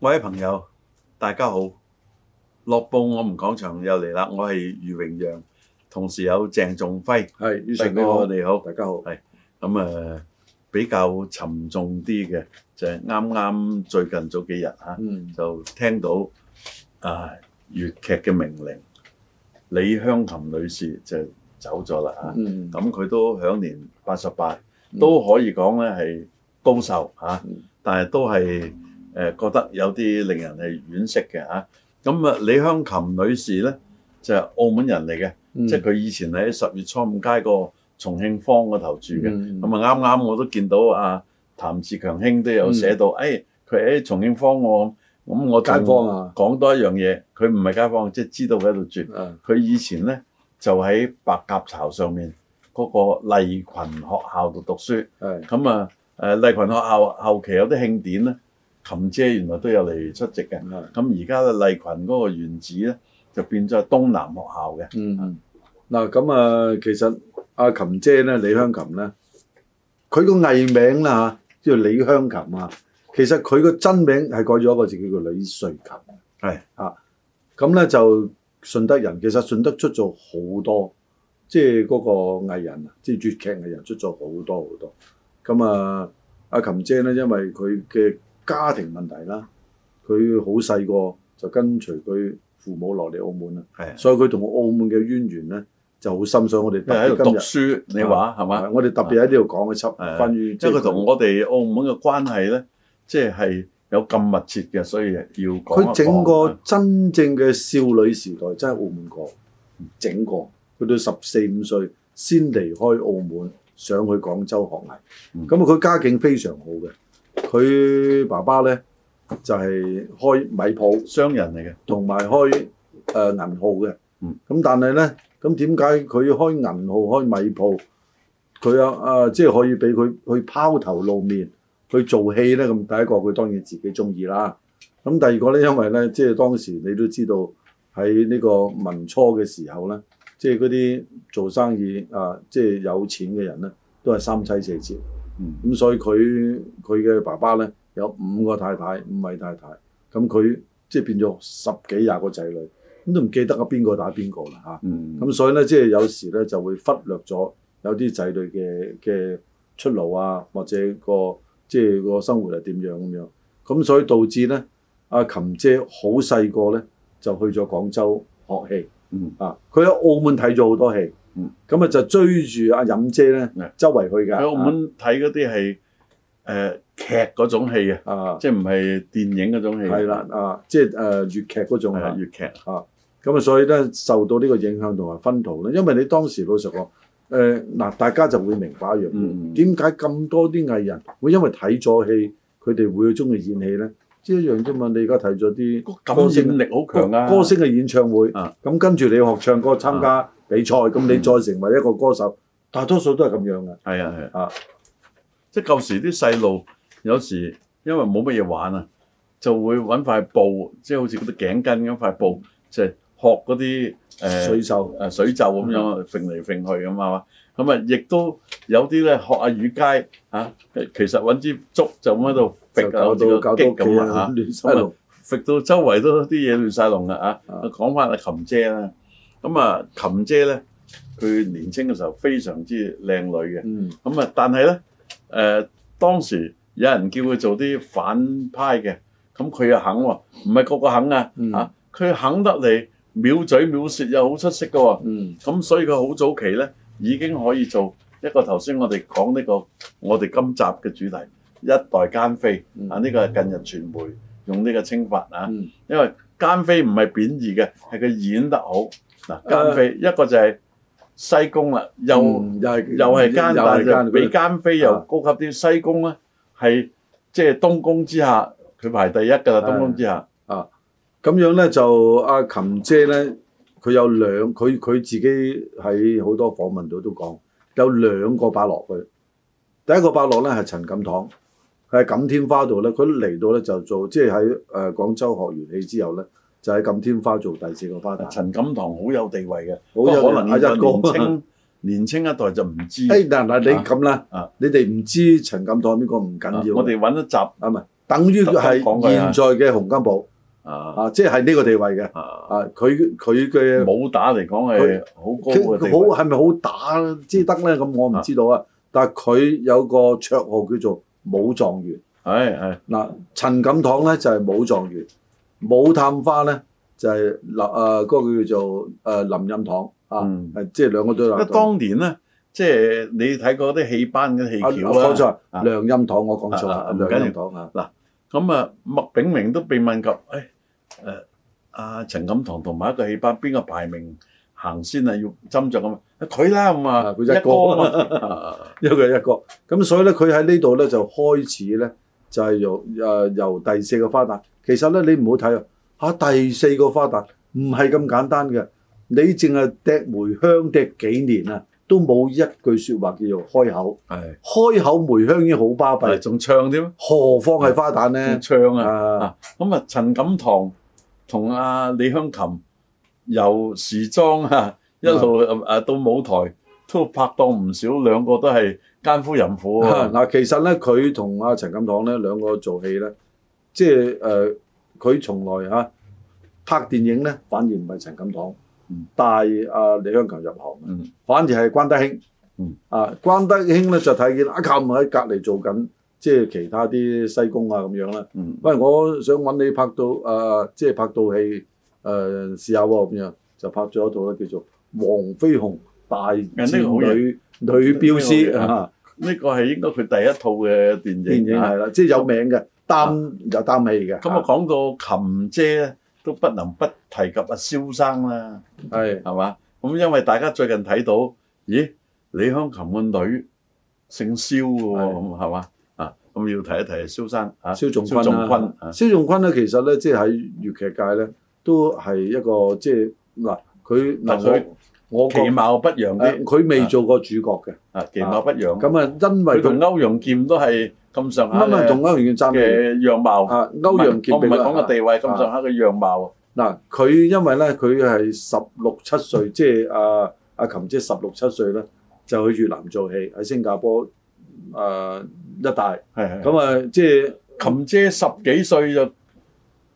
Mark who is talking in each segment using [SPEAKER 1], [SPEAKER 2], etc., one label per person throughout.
[SPEAKER 1] 各位朋友，大家好！樂報我們講場又嚟啦，我係余榮陽，同時有鄭仲輝，
[SPEAKER 2] 係，宇
[SPEAKER 1] 大
[SPEAKER 2] 晨你好
[SPEAKER 1] 哥，你好。
[SPEAKER 2] 大家好。
[SPEAKER 1] 咁誒、呃比較沉重啲嘅就係啱啱最近早幾日嚇、啊
[SPEAKER 2] 嗯，
[SPEAKER 1] 就聽到啊粵劇嘅命令，李香琴女士就走咗啦啊嚇。
[SPEAKER 2] 嗯，
[SPEAKER 1] 咁佢都享年八十八，都可以講咧係高壽嚇、啊
[SPEAKER 2] 嗯
[SPEAKER 1] 但係都係誒、呃、覺得有啲令人係惋惜嘅嚇。咁啊，李香琴女士咧就係、澳門人嚟嘅，
[SPEAKER 2] 嗯
[SPEAKER 1] 即係佢以前喺十月初五街個重慶坊嗰頭住嘅。
[SPEAKER 2] 嗯
[SPEAKER 1] 咁啊啱啱我都見到啊譚志強兄都有寫到，誒佢喺重慶坊喎，咁我仲
[SPEAKER 2] 嗯街坊啊
[SPEAKER 1] 講多一樣嘢，佢唔係街坊，即係知道佢喺度住。
[SPEAKER 2] 啊，
[SPEAKER 1] 佢以前咧就喺白鴿巢上面嗰、個麗群學校度讀書。
[SPEAKER 2] 係，
[SPEAKER 1] 咁啊誒麗群學校後期有啲慶典咧，琴姐原來都有嚟出席嘅。
[SPEAKER 2] 係，
[SPEAKER 1] 咁而家咧麗群嗰個原址咧就變咗係東南學校嘅。
[SPEAKER 2] 嗯，嗱咁啊，其實阿琴姐咧，李香琴咧，佢個藝名啦嚇，叫李香琴啊。其實佢個真名係改咗一個字，叫做李瑞琴。
[SPEAKER 1] 係
[SPEAKER 2] 啊，咁咧就順德人，其實順德出咗好多，即係嗰個藝人啊，即係粵劇藝人出咗好多好多。咁啊，阿琴姐咧，因為佢嘅家庭問題啦，佢好細個就跟隨佢父母落嚟澳門啦，
[SPEAKER 1] 係啊
[SPEAKER 2] 所以佢同澳門嘅淵源咧就好深，所以我哋
[SPEAKER 1] 因
[SPEAKER 2] 特
[SPEAKER 1] 為喺
[SPEAKER 2] 別
[SPEAKER 1] 度
[SPEAKER 2] 今
[SPEAKER 1] 讀
[SPEAKER 2] 日。啊
[SPEAKER 1] 書，啊你話係嘛？
[SPEAKER 2] 係我哋特別喺呢度講嘅輯
[SPEAKER 1] 係
[SPEAKER 2] 關於
[SPEAKER 1] 即係佢同我哋澳門嘅關係咧，即係有咁密切嘅，所以要講啊一講
[SPEAKER 2] 佢整個真正嘅少女時代真係澳門過，整個去到十四五歲先離開澳門，上去廣州學藝。
[SPEAKER 1] 嗯
[SPEAKER 2] 咁啊，佢家境非常好嘅，佢爸爸咧就係、開米鋪
[SPEAKER 1] 商人嚟嘅，
[SPEAKER 2] 同埋開誒、呃、銀號嘅。咁、
[SPEAKER 1] 嗯
[SPEAKER 2] 但係咧，咁點解佢開銀號開米鋪，佢啊啊即係可以俾佢去拋頭露面去做戲咧？咁第一個佢當然自己中意啦。咁第二個咧，因為咧，即係當時你都知道喺呢個民初嘅時候咧，即係嗰啲做生意啊，即係有錢嘅人咧，都係三妻四妾。
[SPEAKER 1] 嗯
[SPEAKER 2] 咁所以佢佢嘅爸爸咧有五個太太，五位太太。咁佢即係變咗十幾廿個仔女，咁都唔記得啊邊個打邊個啦嚇。
[SPEAKER 1] 嗯，
[SPEAKER 2] 咁所以咧，即係有時咧就會忽略咗有啲仔女嘅嘅出路啊，或者個即係個生活係點樣咁樣。咁所以導致咧，阿琴姐好細個咧就去咗廣州學戲
[SPEAKER 1] 嗯
[SPEAKER 2] 啊。佢喺澳門睇咗好多戲
[SPEAKER 1] 嗯，
[SPEAKER 2] 咁啊就追住阿任姐咧
[SPEAKER 1] 嗯
[SPEAKER 2] 周圍去㗎。
[SPEAKER 1] 喺澳門睇嗰啲係誒劇嗰種戲啊，
[SPEAKER 2] 啊，
[SPEAKER 1] 即係唔係電影嗰種戲。
[SPEAKER 2] 係啦啊，即係誒粵劇嗰種
[SPEAKER 1] 係啊，
[SPEAKER 2] 啊。
[SPEAKER 1] 粵劇。
[SPEAKER 2] 咁啊，所以咧受到呢個影響同埋分途咧，因為你當時老實講，誒、呃嗱，大家就會明白一樣
[SPEAKER 1] 嗯嗯
[SPEAKER 2] 嘢，點解咁多啲藝人會因為睇咗戲，佢哋會中意演戲咧？即係一樣啫嘛。你而家睇咗啲
[SPEAKER 1] 個感染力好強啊！
[SPEAKER 2] 歌歌星嘅演唱會，咁、
[SPEAKER 1] 啊嗯
[SPEAKER 2] 跟住你學唱歌參加比賽，咁、你再成為一個歌手，大多數都係咁樣嘅。
[SPEAKER 1] 係啊係
[SPEAKER 2] 啊，
[SPEAKER 1] 即係舊時啲細路有時因為冇乜嘢玩啊，就會揾塊布，即係好似嗰啲頸巾咁塊布，就係學嗰啲誒
[SPEAKER 2] 水嗯手
[SPEAKER 1] 誒水袖咁樣揈嚟揈去咁係嘛？咁啊，亦都有啲咧學阿雨佳嚇，其實揾支竹就咁喺度揈
[SPEAKER 2] 就
[SPEAKER 1] 啊，好
[SPEAKER 2] 搞
[SPEAKER 1] 似
[SPEAKER 2] 到
[SPEAKER 1] 個
[SPEAKER 2] 搞到
[SPEAKER 1] 擊
[SPEAKER 2] 屋企
[SPEAKER 1] 咁
[SPEAKER 2] 啊
[SPEAKER 1] 啊
[SPEAKER 2] 亂
[SPEAKER 1] 嚇，
[SPEAKER 2] 曬
[SPEAKER 1] 咁啊
[SPEAKER 2] 龍。
[SPEAKER 1] 揈到周圍都啲嘢亂晒龍啦嚇。
[SPEAKER 2] 啊
[SPEAKER 1] 講翻阿琴姐啦，咁啊琴姐咧，佢年青嘅時候非常之靚女嘅，
[SPEAKER 2] 嗯
[SPEAKER 1] 咁啊但係咧誒當時有人叫佢做啲反派嘅，咁佢又肯喎，唔係個個肯啊
[SPEAKER 2] 嗯
[SPEAKER 1] 嚇，佢肯得嚟藐嘴藐舌又好出色嘅喎。
[SPEAKER 2] 嗯
[SPEAKER 1] 咁所以佢好早期咧已經可以做一個頭先我哋講呢個我哋今集嘅主題一代奸妃、
[SPEAKER 2] 嗯
[SPEAKER 1] 啊，呢、個係近日傳媒用呢個稱法啊，
[SPEAKER 2] 嗯
[SPEAKER 1] 因為奸妃唔係貶義嘅，係佢演得好嗱。奸妃、一個就係西宮啦，又、
[SPEAKER 2] 呃嗯又係
[SPEAKER 1] 又係奸，
[SPEAKER 2] 又
[SPEAKER 1] 但
[SPEAKER 2] 係奸
[SPEAKER 1] 係就比奸妃又
[SPEAKER 2] 啊
[SPEAKER 1] 高級啲。西宮咧係即係東宮之下，佢排第一㗎啦，
[SPEAKER 2] 啊
[SPEAKER 1] 東宮之下。
[SPEAKER 2] 咁樣咧就阿琴姐咧，佢有兩佢佢自己喺好多訪問度都講，有兩個伯樂佢。第一個伯樂咧係陳錦堂，佢喺錦天花度咧，佢嚟到咧就做即係喺誒廣州學完戲之後咧，就喺錦天花做第四個花旦。
[SPEAKER 1] 陳錦堂好有地位嘅，不
[SPEAKER 2] 好有
[SPEAKER 1] 啊過可能
[SPEAKER 2] 啊
[SPEAKER 1] 現在
[SPEAKER 2] 一個
[SPEAKER 1] 年青 年青一代就唔知。
[SPEAKER 2] 哎誒嗱嗱，你咁啦
[SPEAKER 1] 啊，
[SPEAKER 2] 你哋唔知陳錦堂邊個唔緊
[SPEAKER 1] 啊
[SPEAKER 2] 要，
[SPEAKER 1] 我哋揾一集
[SPEAKER 2] 啊唔係等於佢係
[SPEAKER 1] 特登講佢
[SPEAKER 2] 現
[SPEAKER 1] 啊
[SPEAKER 2] 在嘅洪金寶
[SPEAKER 1] 啊
[SPEAKER 2] 啊，即係呢個地位嘅
[SPEAKER 1] 啊，
[SPEAKER 2] 啊，佢佢嘅
[SPEAKER 1] 武打嚟講係好高
[SPEAKER 2] 佢
[SPEAKER 1] 嘅地
[SPEAKER 2] 佢
[SPEAKER 1] 位，
[SPEAKER 2] 好係咪好打之得咧？咁我唔知道啊，但係佢有個綽號叫做武狀元。
[SPEAKER 1] 係係
[SPEAKER 2] 嗱，陳錦堂咧就係武狀元，武探花咧就係林誒嗰個叫做誒林蔭堂啊，
[SPEAKER 1] 嗯。
[SPEAKER 2] 係即係兩個都有
[SPEAKER 1] 因為
[SPEAKER 2] 林蔭堂。
[SPEAKER 1] 當年咧，即係你睇過啲戲班嘅戲
[SPEAKER 2] 啊
[SPEAKER 1] 橋
[SPEAKER 2] 我講
[SPEAKER 1] 啦。
[SPEAKER 2] 錯啊，梁蔭堂我講錯
[SPEAKER 1] 啊
[SPEAKER 2] 啊
[SPEAKER 1] 啊，唔
[SPEAKER 2] 梁
[SPEAKER 1] 緊要
[SPEAKER 2] 蔭堂啊，
[SPEAKER 1] 咁啊，麥炳明都被問及，誒、哎、誒，阿陳錦堂同埋一個戲班邊個排名行先啊？要斟酌咁啊，佢啦咁
[SPEAKER 2] 啊
[SPEAKER 1] 啊，
[SPEAKER 2] 佢一哥
[SPEAKER 1] 哥啊 嘛，
[SPEAKER 2] 一個一個。咁所以咧，佢喺呢度咧就開始咧就係由誒由第四個花旦。其實咧你唔好睇啊，嚇第四個花旦唔係咁簡單嘅，你淨係滴梅香滴幾年啊，都冇一句説話叫做開口。
[SPEAKER 1] 係
[SPEAKER 2] 開口梅香已經好巴
[SPEAKER 1] 係
[SPEAKER 2] 閉，
[SPEAKER 1] 仲唱添，
[SPEAKER 2] 何況係花旦咧
[SPEAKER 1] 仲？唱啊！
[SPEAKER 2] 啊，
[SPEAKER 1] 咁啊，陳錦堂同阿李香琴由時裝啊一路誒到舞台都拍檔唔少，兩個都係奸夫淫婦 喎。
[SPEAKER 2] 啊哦嗱，其實咧，佢同阿陳錦堂咧兩個做戲咧，即係誒，佢、從來嚇、拍電影咧，反而唔係陳錦堂
[SPEAKER 1] 嗯
[SPEAKER 2] 帶阿、呃李香琴入行，
[SPEAKER 1] 嗯
[SPEAKER 2] 反而係關德興。
[SPEAKER 1] 嗯
[SPEAKER 2] 啊，關德興咧就睇見阿琴喺隔離做緊，即係其他啲西工啊咁樣啦。
[SPEAKER 1] 嗯，
[SPEAKER 2] 喂，我想揾你拍到誒、呃即係拍到戲誒、呃、試下喎咁樣，就拍咗一套咧叫做《黃飛鴻大
[SPEAKER 1] 呢個好
[SPEAKER 2] 戰女女標
[SPEAKER 1] 呢
[SPEAKER 2] 師》
[SPEAKER 1] 個好嘢
[SPEAKER 2] 啊。
[SPEAKER 1] 呢個係應該佢第一套嘅電
[SPEAKER 2] 電
[SPEAKER 1] 影
[SPEAKER 2] 影
[SPEAKER 1] 啊
[SPEAKER 2] 係啦，即係有名嘅，擔有擔戲嘅。
[SPEAKER 1] 咁啊，講到琴姐咧，都不能不提及阿蕭生啦，
[SPEAKER 2] 係
[SPEAKER 1] 係嘛？咁因為大家最近睇到，咦，李香琴個女姓蕭嘅喎，
[SPEAKER 2] 係
[SPEAKER 1] 咁係嘛？啊，咁要提一提蕭生啊，
[SPEAKER 2] 蕭仲
[SPEAKER 1] 蕭
[SPEAKER 2] 坤
[SPEAKER 1] 仲坤
[SPEAKER 2] 啦
[SPEAKER 1] 啊，，
[SPEAKER 2] 蕭仲坤咧，其實咧，即係喺粵劇界咧，都係一個即係嗱，佢
[SPEAKER 1] 但
[SPEAKER 2] 嗱
[SPEAKER 1] 佢
[SPEAKER 2] 我我覺
[SPEAKER 1] 其貌不揚
[SPEAKER 2] 誒
[SPEAKER 1] 啲
[SPEAKER 2] 佢未做過主角嘅，
[SPEAKER 1] 啊，其貌不揚。
[SPEAKER 2] 咁啊，因為
[SPEAKER 1] 佢同
[SPEAKER 2] 佢
[SPEAKER 1] 歐陽劍都係咁上下
[SPEAKER 2] 啱啱同
[SPEAKER 1] 嘅
[SPEAKER 2] 歐陽健爭嘅
[SPEAKER 1] 嘅樣貌，
[SPEAKER 2] 啊，歐陽健
[SPEAKER 1] 唔係我唔
[SPEAKER 2] 並
[SPEAKER 1] 係講個地位咁上下嘅樣貌
[SPEAKER 2] 嗱，佢因為咧，佢係十六七歲，即係阿阿琴姐十六七歲咧，就去越南做戲喺新加坡誒一帶，
[SPEAKER 1] 啊，係係。
[SPEAKER 2] 咁啊，即係。
[SPEAKER 1] 琴姐十幾歲就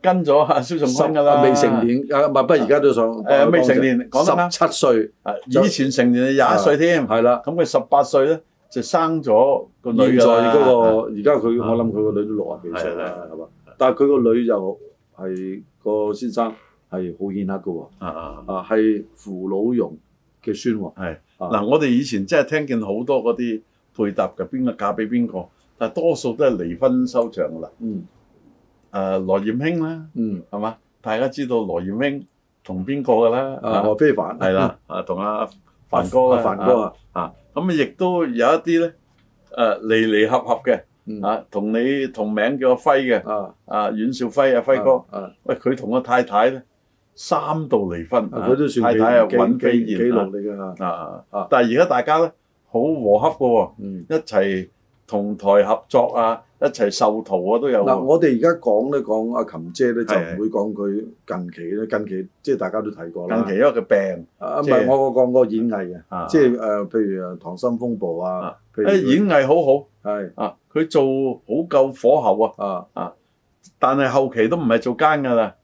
[SPEAKER 1] 跟咗阿蕭仲坤㗎啦，
[SPEAKER 2] 未成年啊，唔係不過而家都想
[SPEAKER 1] 誒未成年講得
[SPEAKER 2] 十啊
[SPEAKER 1] 啱
[SPEAKER 2] 七歲
[SPEAKER 1] 啊！以前成年係廿一歲添，咁
[SPEAKER 2] 係啦。
[SPEAKER 1] 佢十八歲咧就生咗個
[SPEAKER 2] 現
[SPEAKER 1] 女
[SPEAKER 2] 在
[SPEAKER 1] 㗎啦
[SPEAKER 2] 嗰個而家佢，
[SPEAKER 1] 啊
[SPEAKER 2] 我諗佢個女都六啊幾歲
[SPEAKER 1] 係
[SPEAKER 2] 啦，係嘛？但係佢個女就係個先生係好顯赫㗎
[SPEAKER 1] 啊啊
[SPEAKER 2] 喎，啊係傅老榕嘅孫喎。
[SPEAKER 1] 係
[SPEAKER 2] 啊
[SPEAKER 1] 嗱，我哋以前真係聽見好多嗰啲配搭嘅，邊個嫁俾邊個，但係多數都係離婚收場㗎啦。
[SPEAKER 2] 嗯
[SPEAKER 1] 誒羅艷卿啦。
[SPEAKER 2] 嗯，
[SPEAKER 1] 係嘛？大家知道羅艷卿同邊個㗎啦？
[SPEAKER 2] 啊何非凡
[SPEAKER 1] 係，啦，啊同阿凡哥啦，
[SPEAKER 2] 啊凡哥
[SPEAKER 1] 啊
[SPEAKER 2] 啊，
[SPEAKER 1] 啊，咁啊亦都有一啲咧，誒離離合合嘅，
[SPEAKER 2] 嗯
[SPEAKER 1] 啊同你同名叫阿輝嘅，
[SPEAKER 2] 啊
[SPEAKER 1] 啊阮兆輝阿輝哥，
[SPEAKER 2] 啊，
[SPEAKER 1] 喂佢同個太太咧三度離婚，
[SPEAKER 2] 啊佢都算
[SPEAKER 1] 太
[SPEAKER 2] 幾
[SPEAKER 1] 太啊
[SPEAKER 2] 幾
[SPEAKER 1] 尹飛
[SPEAKER 2] 幾幾
[SPEAKER 1] 燕
[SPEAKER 2] 努
[SPEAKER 1] 啊
[SPEAKER 2] 力㗎啊，
[SPEAKER 1] 啊啊
[SPEAKER 2] 啊，
[SPEAKER 1] 但係而家大家咧好和洽㗎
[SPEAKER 2] 嗯。
[SPEAKER 1] 喎，一齊同台合作啊，一齊授徒啊都有
[SPEAKER 2] 嗱，
[SPEAKER 1] 喎，
[SPEAKER 2] 我哋而家講咧講阿琴姐咧，就唔
[SPEAKER 1] 係係
[SPEAKER 2] 會講佢近期咧，近期即係大家都睇過啦。
[SPEAKER 1] 近期因為佢病
[SPEAKER 2] 啊，唔
[SPEAKER 1] 即係
[SPEAKER 2] 係我講個演藝嘅，
[SPEAKER 1] 啊，
[SPEAKER 2] 即係誒，譬如誒《溏心風暴》
[SPEAKER 1] 啊
[SPEAKER 2] 啊，譬如
[SPEAKER 1] 誒演藝好好。
[SPEAKER 2] 係
[SPEAKER 1] 啊，佢做好夠火候啊，
[SPEAKER 2] 啊，
[SPEAKER 1] 但係後期都唔係做奸㗎啦。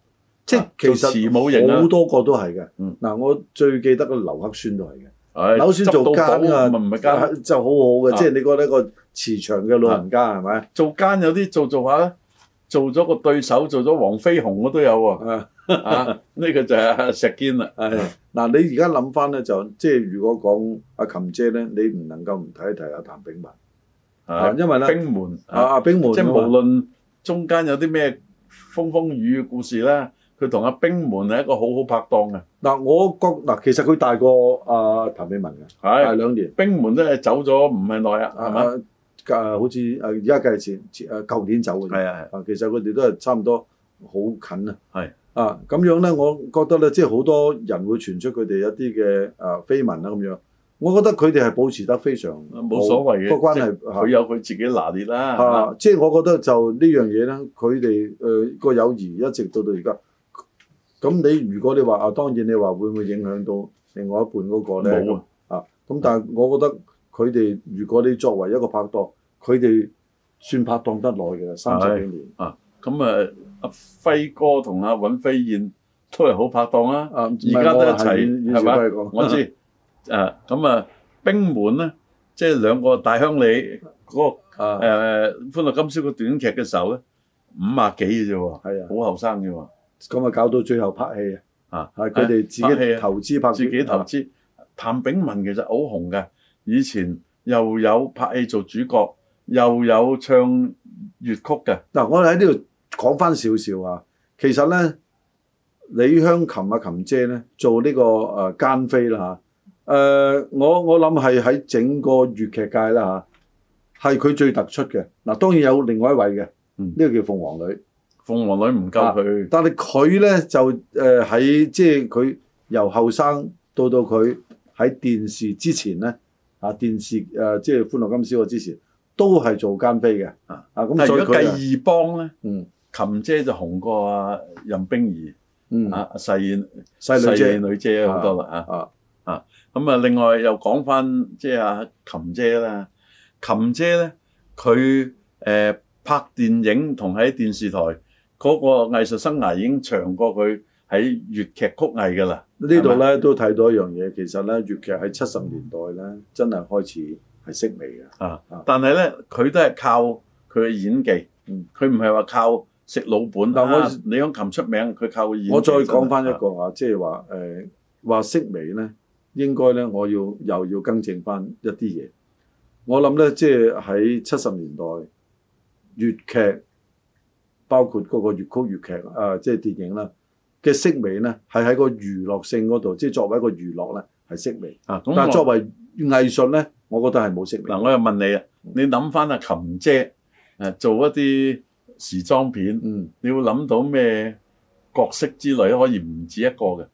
[SPEAKER 2] 即係其
[SPEAKER 1] 做慈
[SPEAKER 2] 實
[SPEAKER 1] 母型啊
[SPEAKER 2] 好多個都係嘅
[SPEAKER 1] 嗯。
[SPEAKER 2] 嗱，我最記得個劉克宣都係嘅，
[SPEAKER 1] 唉
[SPEAKER 2] 首先做
[SPEAKER 1] 執
[SPEAKER 2] 奸
[SPEAKER 1] 到寶
[SPEAKER 2] 啊
[SPEAKER 1] 咪唔係奸，
[SPEAKER 2] 啊 就好好嘅
[SPEAKER 1] 啊，
[SPEAKER 2] 即係你覺得一個慈祥嘅老人家係咪？
[SPEAKER 1] 做奸有啲做做下咧，做咗個對手，做咗黃飛鴻我都有喎。
[SPEAKER 2] 啊，
[SPEAKER 1] 啊，呢個就係石堅啦。
[SPEAKER 2] 係嗱，你而家諗翻咧，就即係如果講阿琴姐咧，你唔能夠唔睇一睇阿譚炳文啊，
[SPEAKER 1] 啊，
[SPEAKER 2] 因為咧
[SPEAKER 1] 冰門
[SPEAKER 2] 阿
[SPEAKER 1] 啊，
[SPEAKER 2] 阿炳文
[SPEAKER 1] 即係
[SPEAKER 2] 啊
[SPEAKER 1] 無
[SPEAKER 2] 嘛
[SPEAKER 1] 論中間有啲咩風風雨雨故事啦，佢同阿冰門係一個好好拍檔嘅。
[SPEAKER 2] 嗱，我覺嗱，其實佢大過阿譚炳文嘅，大
[SPEAKER 1] 係
[SPEAKER 2] 兩年。
[SPEAKER 1] 啊冰門咧走咗唔係耐啊，係嘛？
[SPEAKER 2] 啊啊，好似誒而家計前前誒舊年走嘅啫。
[SPEAKER 1] 係啊
[SPEAKER 2] 啊，其實佢哋都係差唔多好近啊。
[SPEAKER 1] 係
[SPEAKER 2] 啊，咁樣咧，我覺得咧，即係好多人會傳出佢哋一啲嘅誒緋聞啦啊咁樣。我覺得佢哋係保持得非常
[SPEAKER 1] 冇啊所謂嘅
[SPEAKER 2] 好個關
[SPEAKER 1] 即
[SPEAKER 2] 係
[SPEAKER 1] 佢
[SPEAKER 2] 係
[SPEAKER 1] 有佢自己拿捏啦。係嘛
[SPEAKER 2] 啊，即係我覺得就呢樣嘢咧，佢哋誒個友誼一直到到而家。咁你如果你話啊，當然你話會唔會影響到另外一半嗰個咧？
[SPEAKER 1] 冇啊。
[SPEAKER 2] 咁但係我覺得佢哋如果你作為一個拍檔，佢哋算拍檔得耐嘅啦，三十幾年。
[SPEAKER 1] 咁啊，阿輝哥同阿尹飛燕都係好拍檔啊。
[SPEAKER 2] 啊，唔係
[SPEAKER 1] 而家都
[SPEAKER 2] 我
[SPEAKER 1] 一
[SPEAKER 2] 係
[SPEAKER 1] 齊
[SPEAKER 2] 阮
[SPEAKER 1] 係嘛
[SPEAKER 2] 阮兆輝講
[SPEAKER 1] 我知誒咁啊，冰門咧，即係兩個大鄉里嗰、個誒、
[SPEAKER 2] 啊，
[SPEAKER 1] 歡樂今宵個短劇嘅時候咧，五啊幾嘅啫喎，
[SPEAKER 2] 係啊，
[SPEAKER 1] 好後生嘅喎，
[SPEAKER 2] 咁啊搞到最後拍戲
[SPEAKER 1] 啊
[SPEAKER 2] 啊，係佢哋自己
[SPEAKER 1] 拍戲啊
[SPEAKER 2] 投資拍
[SPEAKER 1] 自己投
[SPEAKER 2] 啊
[SPEAKER 1] 資。譚炳文其實好紅嘅，以前又有拍戲做主角，又有唱粵曲嘅，
[SPEAKER 2] 嗱，我哋喺呢度講翻少少啊。其實咧，李香琴啊，琴姐咧做呢、個誒奸妃啦嚇。誒、我我諗係喺整個粵劇界啦嚇，係佢最突出嘅。嗱，當然有另外一位嘅，呢、
[SPEAKER 1] 嗯
[SPEAKER 2] 個叫鳳凰女。
[SPEAKER 1] 鳳凰女唔夠佢
[SPEAKER 2] 但係佢咧就誒喺、即係佢由後生到到佢喺電視之前咧，啊電視誒、即係《歡樂今宵》之前，都係做奸妃嘅。
[SPEAKER 1] 啊
[SPEAKER 2] 啊咁
[SPEAKER 1] 但係
[SPEAKER 2] 所以
[SPEAKER 1] 如果計
[SPEAKER 2] 佢啊
[SPEAKER 1] 二幫咧，
[SPEAKER 2] 嗯
[SPEAKER 1] 琴姐就紅過阿任冰兒，
[SPEAKER 2] 嗯
[SPEAKER 1] 啊阿細燕
[SPEAKER 2] 細女姐
[SPEAKER 1] 細女姐好多啦啊。
[SPEAKER 2] 啊。
[SPEAKER 1] 咁啊，另外又講翻即係阿琴姐啦，琴姐咧佢誒拍電影同喺電視台嗰個藝術生涯已經長過佢喺粵劇曲藝㗎啦。
[SPEAKER 2] 呢度咧都睇到一樣嘢，其實咧粵劇喺七十年代咧，真係開始係式微嘅。
[SPEAKER 1] 啊
[SPEAKER 2] 啊，
[SPEAKER 1] 但係咧佢都係靠佢嘅演技
[SPEAKER 2] 嗯，
[SPEAKER 1] 佢唔係話靠食老本。
[SPEAKER 2] 嗱我
[SPEAKER 1] 啊李香琴出名，佢靠演技。
[SPEAKER 2] 我再講翻一
[SPEAKER 1] 啊，
[SPEAKER 2] 個啊，即係話誒話式微咧，應該咧我要又要更正翻一啲嘢。我諗咧，即係喺七十年代粵劇，包括嗰個粵曲粵劇啊，即係電影啦嘅式微咧，係喺個娛樂性嗰度，即係作為一個娛樂咧係式微，
[SPEAKER 1] 啊咁
[SPEAKER 2] 但係
[SPEAKER 1] 我
[SPEAKER 2] 作為藝術咧，我覺得係冇式微。
[SPEAKER 1] 嗱，我又問你啊，你諗翻阿琴姐誒做一啲時裝片。
[SPEAKER 2] 嗯。
[SPEAKER 1] 你要諗到咩角色之類可以唔止一個嘅。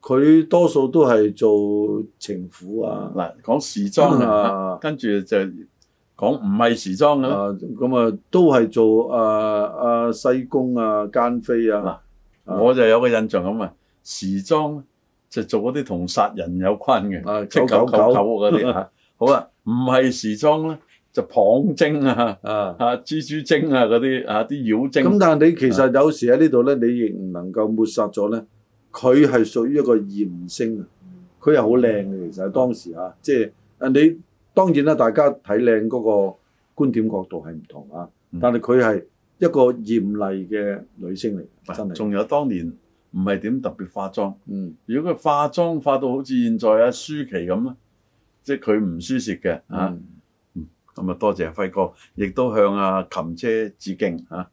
[SPEAKER 2] 佢多數都係做情婦啊，
[SPEAKER 1] 嗱，講時裝啊，
[SPEAKER 2] 啊
[SPEAKER 1] 跟住就講唔係時裝嘅啦。
[SPEAKER 2] 啊咁啊，都係做啊啊西宮啊奸妃啊，啊
[SPEAKER 1] 我就有個印象咁啊，時裝就做嗰啲同殺人有關
[SPEAKER 2] 啊
[SPEAKER 1] 嘅，即係九
[SPEAKER 2] 九九
[SPEAKER 1] 九九
[SPEAKER 2] 九
[SPEAKER 1] 嗰 啲啊。好啦，唔係時裝咧，就蚌精啊、
[SPEAKER 2] 啊
[SPEAKER 1] 啊蜘蛛精啊嗰啲啊啲妖精。
[SPEAKER 2] 咁但係你其
[SPEAKER 1] 啊
[SPEAKER 2] 實有時喺呢度咧，你亦唔能夠抹殺咗咧，佢係屬於一個豔星啊，佢係好靚嘅，
[SPEAKER 1] 嗯
[SPEAKER 2] 其實喺當時啊，即係啊你當然啦，大家睇靚嗰個觀點角度係唔同啊
[SPEAKER 1] 嗯，
[SPEAKER 2] 但係佢係一個豔麗嘅女星嚟，真係，
[SPEAKER 1] 啊仲有當年唔係點特別化妝。
[SPEAKER 2] 嗯
[SPEAKER 1] 如果佢化妝化到好似現在啊舒淇咁咧，即係佢唔輸蝕嘅啊。
[SPEAKER 2] 嗯。
[SPEAKER 1] 咁啊，多謝輝哥，亦都向阿琴姐致敬嚇。啊